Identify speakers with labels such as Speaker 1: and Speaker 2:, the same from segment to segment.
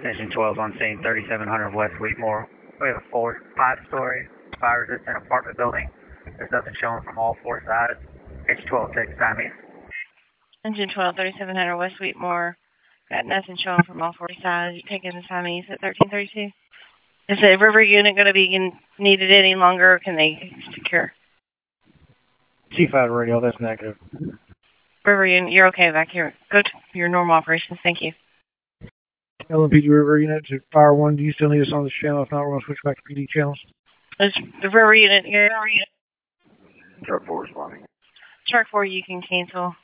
Speaker 1: Station 12 on scene, 3700 West Wheatmore. We have a four, five-story fire-resistant apartment building. There's nothing showing from all four sides. H12 takes time east.
Speaker 2: Engine 12, 3700 West Wheatmore. Got nothing showing from all four sides. You taking the time east at 1332? Is the river unit going to be in- needed any longer? Or can they secure?
Speaker 3: G5 radio, that's negative.
Speaker 2: River unit, you're okay back here. Go to your normal operations. Thank you.
Speaker 3: LMPD River Unit to Fire 1, do you still need us on this channel? If not, we're going to switch back to PD channels.
Speaker 2: It's the river unit, your river unit.
Speaker 4: Truck 4 responding.
Speaker 2: Shark 4, you can cancel.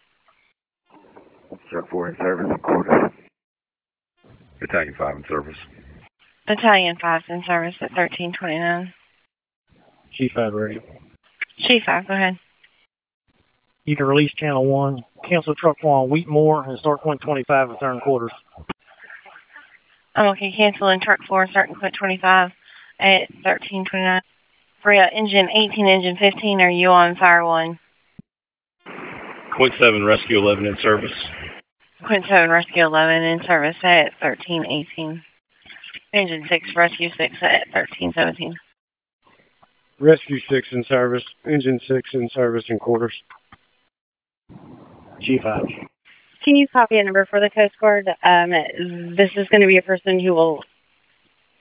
Speaker 4: Truck 4 in service, quarter.
Speaker 5: Battalion 5 in service.
Speaker 2: Battalion 5's in service at 1329.
Speaker 3: G5 radio.
Speaker 2: Chief 5, go ahead.
Speaker 3: You can release channel 1, cancel truck 1 on Wheatmore, and start point 25 and turn quarters.
Speaker 2: I'm okay, canceling truck 4 and starting quit 25 at 1329. Bria, engine 18, engine 15, are you on fire 1?
Speaker 5: Quint 7 Rescue 11 in service.
Speaker 2: Quint 7, rescue 11 in service at 1318. Engine 6, rescue 6 at 1317.
Speaker 6: Rescue 6 in service, engine 6 in service and quarters.
Speaker 3: G5.
Speaker 7: Can you copy a number for the Coast Guard? Um, this is going to be a person who will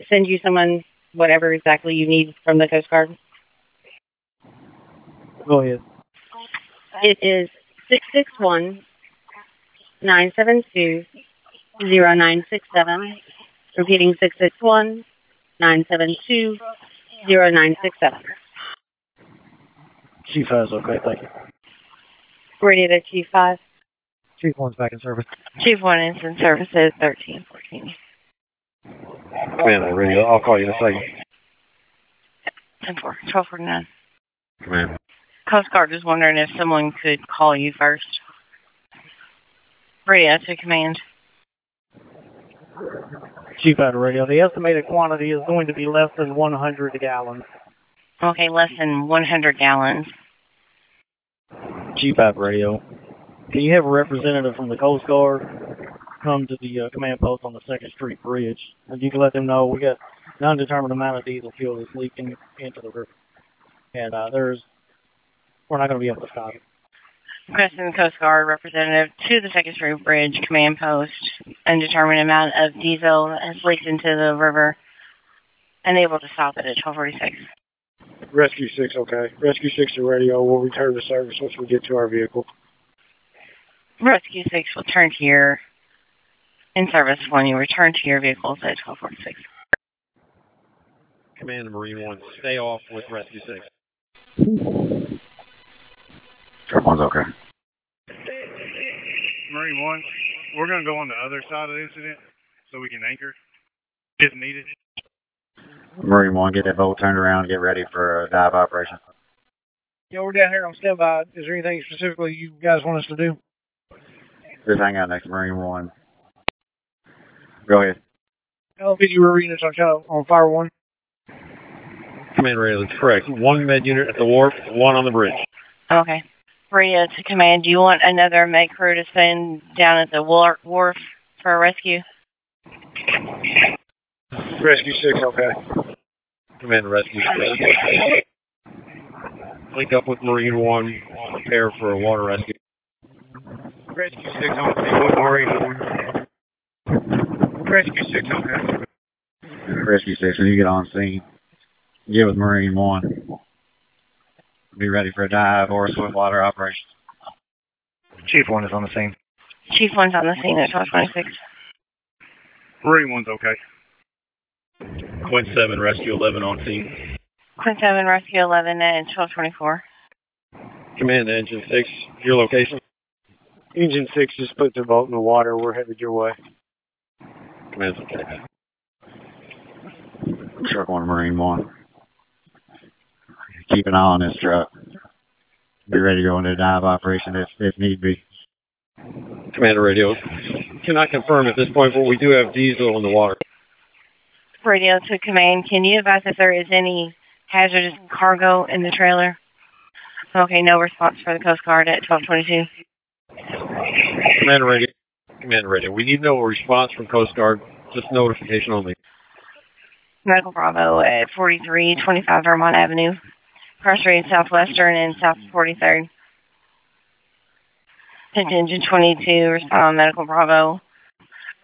Speaker 7: send you someone whatever exactly you need from the Coast Guard.
Speaker 3: Go ahead.
Speaker 7: It is six six one nine seven two zero nine six seven. Repeating six six one nine seven two zero nine six seven.
Speaker 3: G5 is okay, thank you.
Speaker 7: Radio to Chief Five.
Speaker 3: Chief 1's back in service.
Speaker 2: Chief 1 is in service at 1314.
Speaker 5: Command radio, I'll call you in a second.
Speaker 2: 10 4, 1249.
Speaker 5: Command.
Speaker 2: Coast Guard is wondering if someone could call you first. Radio to command.
Speaker 3: G5 radio, the estimated quantity is going to be less than 100 gallons.
Speaker 2: Okay, less than 100 gallons.
Speaker 3: G5 radio, can you have a representative from the Coast Guard come to the uh, command post on the Second Street Bridge? And you can let them know we got non-determined amount of diesel fuel that's leaking into the river. And uh, there's, we're not going to be able to stop it.
Speaker 2: Requesting the Coast Guard representative to the Second Street Bridge command post and determine amount of diesel that has leaked into the river. Unable to stop it at 1246.
Speaker 6: Rescue 6, okay. Rescue 6 to radio, we'll return to service once we get to our vehicle.
Speaker 2: Rescue 6 will turn to your in service when you return to your vehicles at 1246.
Speaker 5: Command Marine 1, stay off with Rescue 6.
Speaker 4: Truck 1's okay.
Speaker 8: Marine One, we're gonna go on the other side of the incident so we can anchor if needed.
Speaker 4: Marine 1, get that boat turned around, get ready for a dive operation.
Speaker 3: Yeah, we're down here on standby. Is there anything specifically you guys want us to do?
Speaker 4: Just hang out next to Marine 1. Go ahead.
Speaker 3: LPD River units on channel on fire one.
Speaker 5: Command radio, that's correct. One med unit at the wharf, one on the bridge.
Speaker 2: Okay. Bria to command, do you want another med crew to send down at the war- wharf for a rescue?
Speaker 6: Rescue 6, okay.
Speaker 5: Command Rescue 6. Link up with Marine 1, prepare for a water rescue.
Speaker 6: Rescue 6 on scene with Marine 1. Rescue 6, okay.
Speaker 4: Rescue 6, when you get on scene, get with Marine 1. Be ready for a dive or a swift water operation.
Speaker 3: Chief 1 is on the scene.
Speaker 2: Chief 1's on the scene at 1226.
Speaker 8: Marine One's okay.
Speaker 5: Quint 7 Rescue 11 on scene.
Speaker 2: Quint 7, Rescue 11 at 1224.
Speaker 5: Command Engine 6, your location.
Speaker 6: Engine 6 just put the boat in the water, we're headed your way.
Speaker 5: Command okay.
Speaker 4: Truck 1, Marine 1. Keep an eye on this truck. Be ready to go into a dive operation if, if need be.
Speaker 5: Commander radio. Cannot confirm at this point, but we do have diesel in the water.
Speaker 2: Radio to command, can you advise if there is any hazardous cargo in the trailer? Okay, no response for the Coast Guard at 1222.
Speaker 5: Commander radio. Commander radio. We need no response from Coast Guard just notification only.
Speaker 2: Medical Bravo at 4325 Vermont Avenue, crossroads Southwestern and South 43rd. Attention Engine 22, respond Medical Bravo.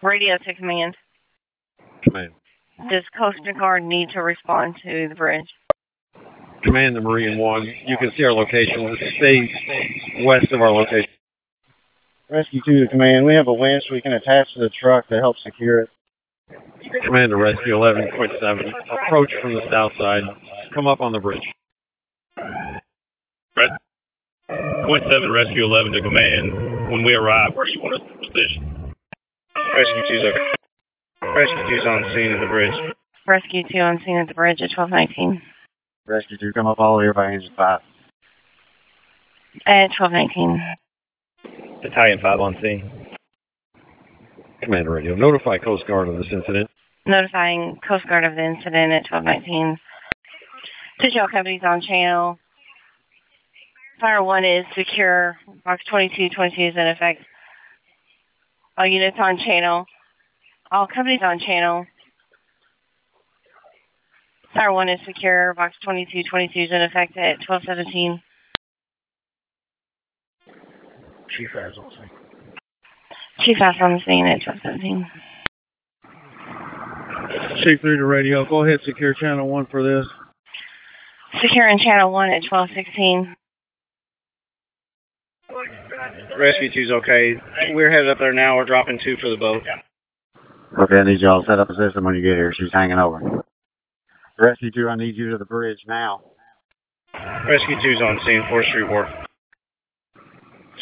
Speaker 2: Radio to command.
Speaker 5: Command.
Speaker 2: Does Coast Guard need to respond to the bridge?
Speaker 5: Command the Marine One. You can see our location. It stays west of our location.
Speaker 3: Rescue 2 to command. We have a winch we can attach to the truck to help secure it.
Speaker 5: Command to Rescue 11.7. Approach from the south side. Come up on the bridge.
Speaker 9: Point seven, rescue eleven to command. When we arrive, where you want us to position?
Speaker 6: Rescue two's over. Rescue two's on scene at the bridge.
Speaker 2: Rescue 2 on scene at the bridge at 1219.
Speaker 4: Rescue 2, come up all the way here by engine 5.
Speaker 2: At 1219.
Speaker 9: Battalion five on scene.
Speaker 5: Command radio. Notify Coast Guard of this incident.
Speaker 2: notifying Coast Guard of the incident at 1219. Two shell companies on channel. Fire 1 is secure. Box 2222 is in effect. All units on channel. All companies on channel. Fire 1 is secure. Box 2222 is in effect at 1217.
Speaker 10: Chief has on scene.
Speaker 2: Chief House on the scene at 1217.
Speaker 10: Chief through the radio. Go ahead, secure channel one for this.
Speaker 2: Securing channel 1 at 1216.
Speaker 6: Rescue two's okay. We're headed up there now. We're dropping two for the boat.
Speaker 4: Okay, I need y'all to set up a system when you get here. She's hanging over. Rescue 2, I need you to the bridge now.
Speaker 6: Rescue two's on scene. Fourth Street Wharf.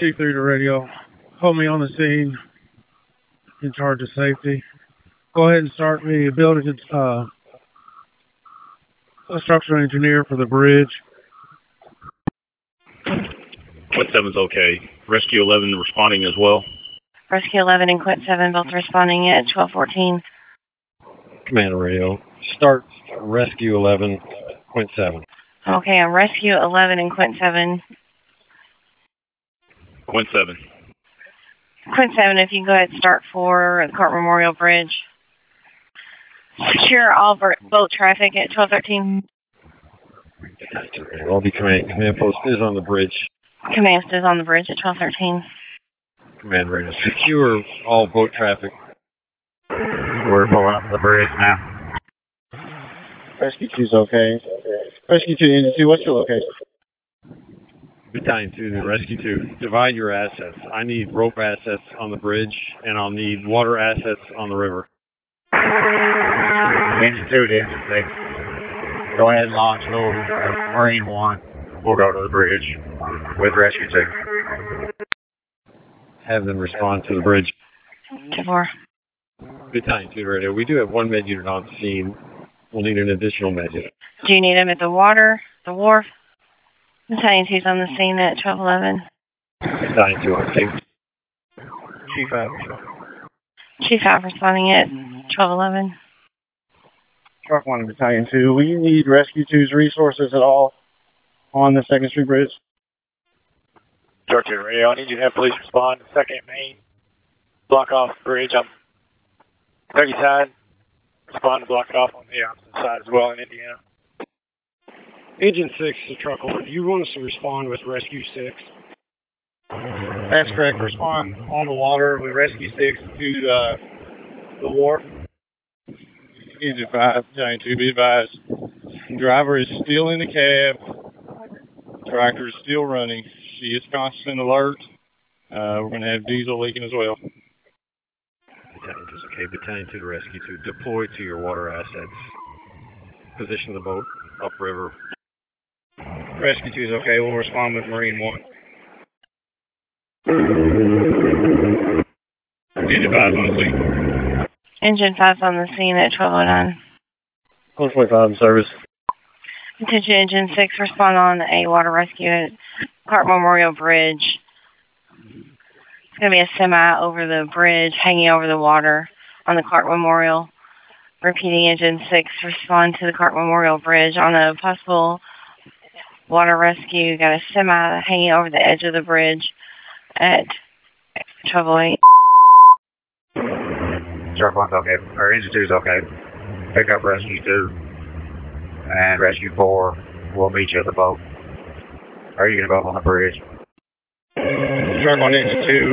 Speaker 10: Chief through the radio. Hold me on the scene. In charge of safety. Go ahead and start me a building uh, a structural engineer for the bridge.
Speaker 9: Point seven's okay. Rescue eleven responding as well.
Speaker 2: Rescue 11 and Quint 7 both responding at 1214.
Speaker 5: Command radio. Start Rescue 11.7.
Speaker 2: Okay, on Rescue 11 and Quint 7.
Speaker 9: Point seven.
Speaker 2: Quint 7, if you can go ahead and start for the Court Memorial Bridge. Secure all ver- boat traffic at 1213.
Speaker 5: I'll be command. Command post is on the bridge.
Speaker 2: Command is on the bridge at 1213.
Speaker 5: Command radio. Secure all boat traffic.
Speaker 4: We're pulling up to the bridge now.
Speaker 3: Rescue 2's okay. Rescue 2, Engine 2, what's your location?
Speaker 5: Battalion 2 to Rescue 2. Divide your assets. I need rope assets on the bridge, and I'll need water assets on the river.
Speaker 4: Engine 2 to engine 6. Go ahead and launch over uh, Marine 1. We'll go to the bridge with Rescue 2.
Speaker 5: Have them respond to the bridge.
Speaker 2: Two four.
Speaker 5: Battalion 2 to radio. We do have one med unit on scene. We'll need an additional med unit.
Speaker 2: Do you need him at the water, the wharf? Battalion 2's on the scene at 1211.
Speaker 5: Battalion 2 on scene.
Speaker 6: Chief out.
Speaker 2: Chief out responding at 1211.
Speaker 3: Truck 1 and Battalion 2. We need Rescue 2's resources at all on the Second Street Bridge.
Speaker 11: Director of radio, I need you to have police respond. to Second main, block off bridge. I'm Kentucky side. Respond to block it off on the opposite side as well in Indiana.
Speaker 12: Engine 6 to truck 1. You want us to respond with Rescue 6.
Speaker 6: That's correct. Respond on the water with Rescue Six to uh, the wharf.
Speaker 12: Engine 5, Battalion 2, be advised. Driver is still in the cab. Tractor is still running. She is constant alert. Uh, we're going to have diesel leaking as well.
Speaker 5: Battalion 2 is okay. Battalion 2 to Rescue 2. Deploy to your water assets. Position the boat upriver.
Speaker 6: Rescue two is okay. We'll respond with Marine One.
Speaker 9: Need advise on scene.
Speaker 2: Engine 5's on the scene at 1209.
Speaker 3: Close 45 in service.
Speaker 2: Attention Engine 6, respond on a water rescue at Cart Memorial Bridge. It's going to be a semi over the bridge, hanging over the water on the Cart Memorial. Repeating Engine 6, respond to the Cart Memorial Bridge on a possible water rescue. Got a semi hanging over the edge of the oh bridge at 1208.
Speaker 1: Shark 1's okay, or Engine 2's okay. Pick up Rescue 2, and Rescue 4 will meet you at the boat. Or you can go up on the bridge.
Speaker 11: Shark on engine two.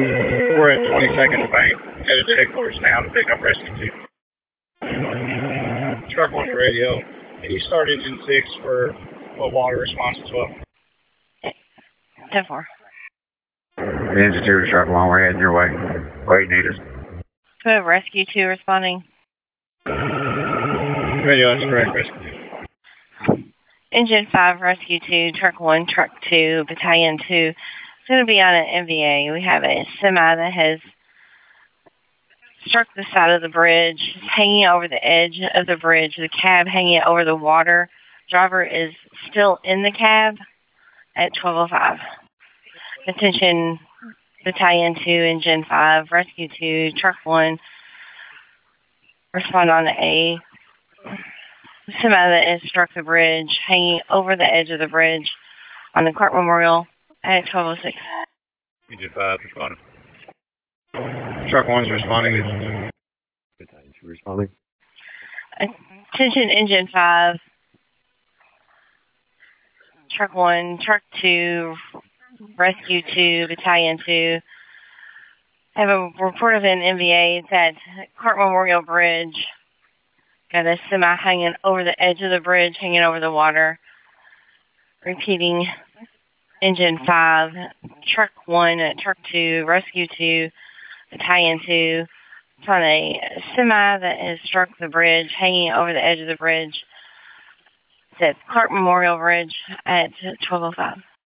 Speaker 11: We're at 22nd Bank. Headed to headquarters now to pick up rescue two. Shark one to radio. Can you start engine six for what water response as well?
Speaker 2: 10 4.
Speaker 4: Engine 2 to Shark 1, we're heading your way. Where you need us.
Speaker 2: Do we have Rescue 2 responding?
Speaker 11: Radio is correct. Rescue.
Speaker 2: Engine 5, Rescue 2, Truck 1, Truck 2, Battalion 2. It's going to be on an MVA. We have a semi that has struck the side of the bridge, It's hanging over the edge of the bridge, the cab hanging over the water. Driver is still in the cab at 1205. Attention, Battalion 2, Engine 5, Rescue 2, Truck 1. Respond on a Somebody that has struck the bridge, hanging over the edge of the bridge on the Clark Memorial at 1206.
Speaker 5: Engine 5 responding.
Speaker 11: Shark one's responding.
Speaker 5: Battalion 2 responding.
Speaker 2: Attention Engine 5, Truck 1, Truck 2, Rescue 2, Battalion 2. Have a report of an MVA. It's at Clark Memorial Bridge. Got a semi hanging over the edge of the bridge, hanging over the water. Repeating engine five, truck one, uh, truck two, rescue two, battalion two. It's on a semi that has struck the bridge, hanging over the edge of the bridge. It's at oh Clark Memorial Bridge at 1205.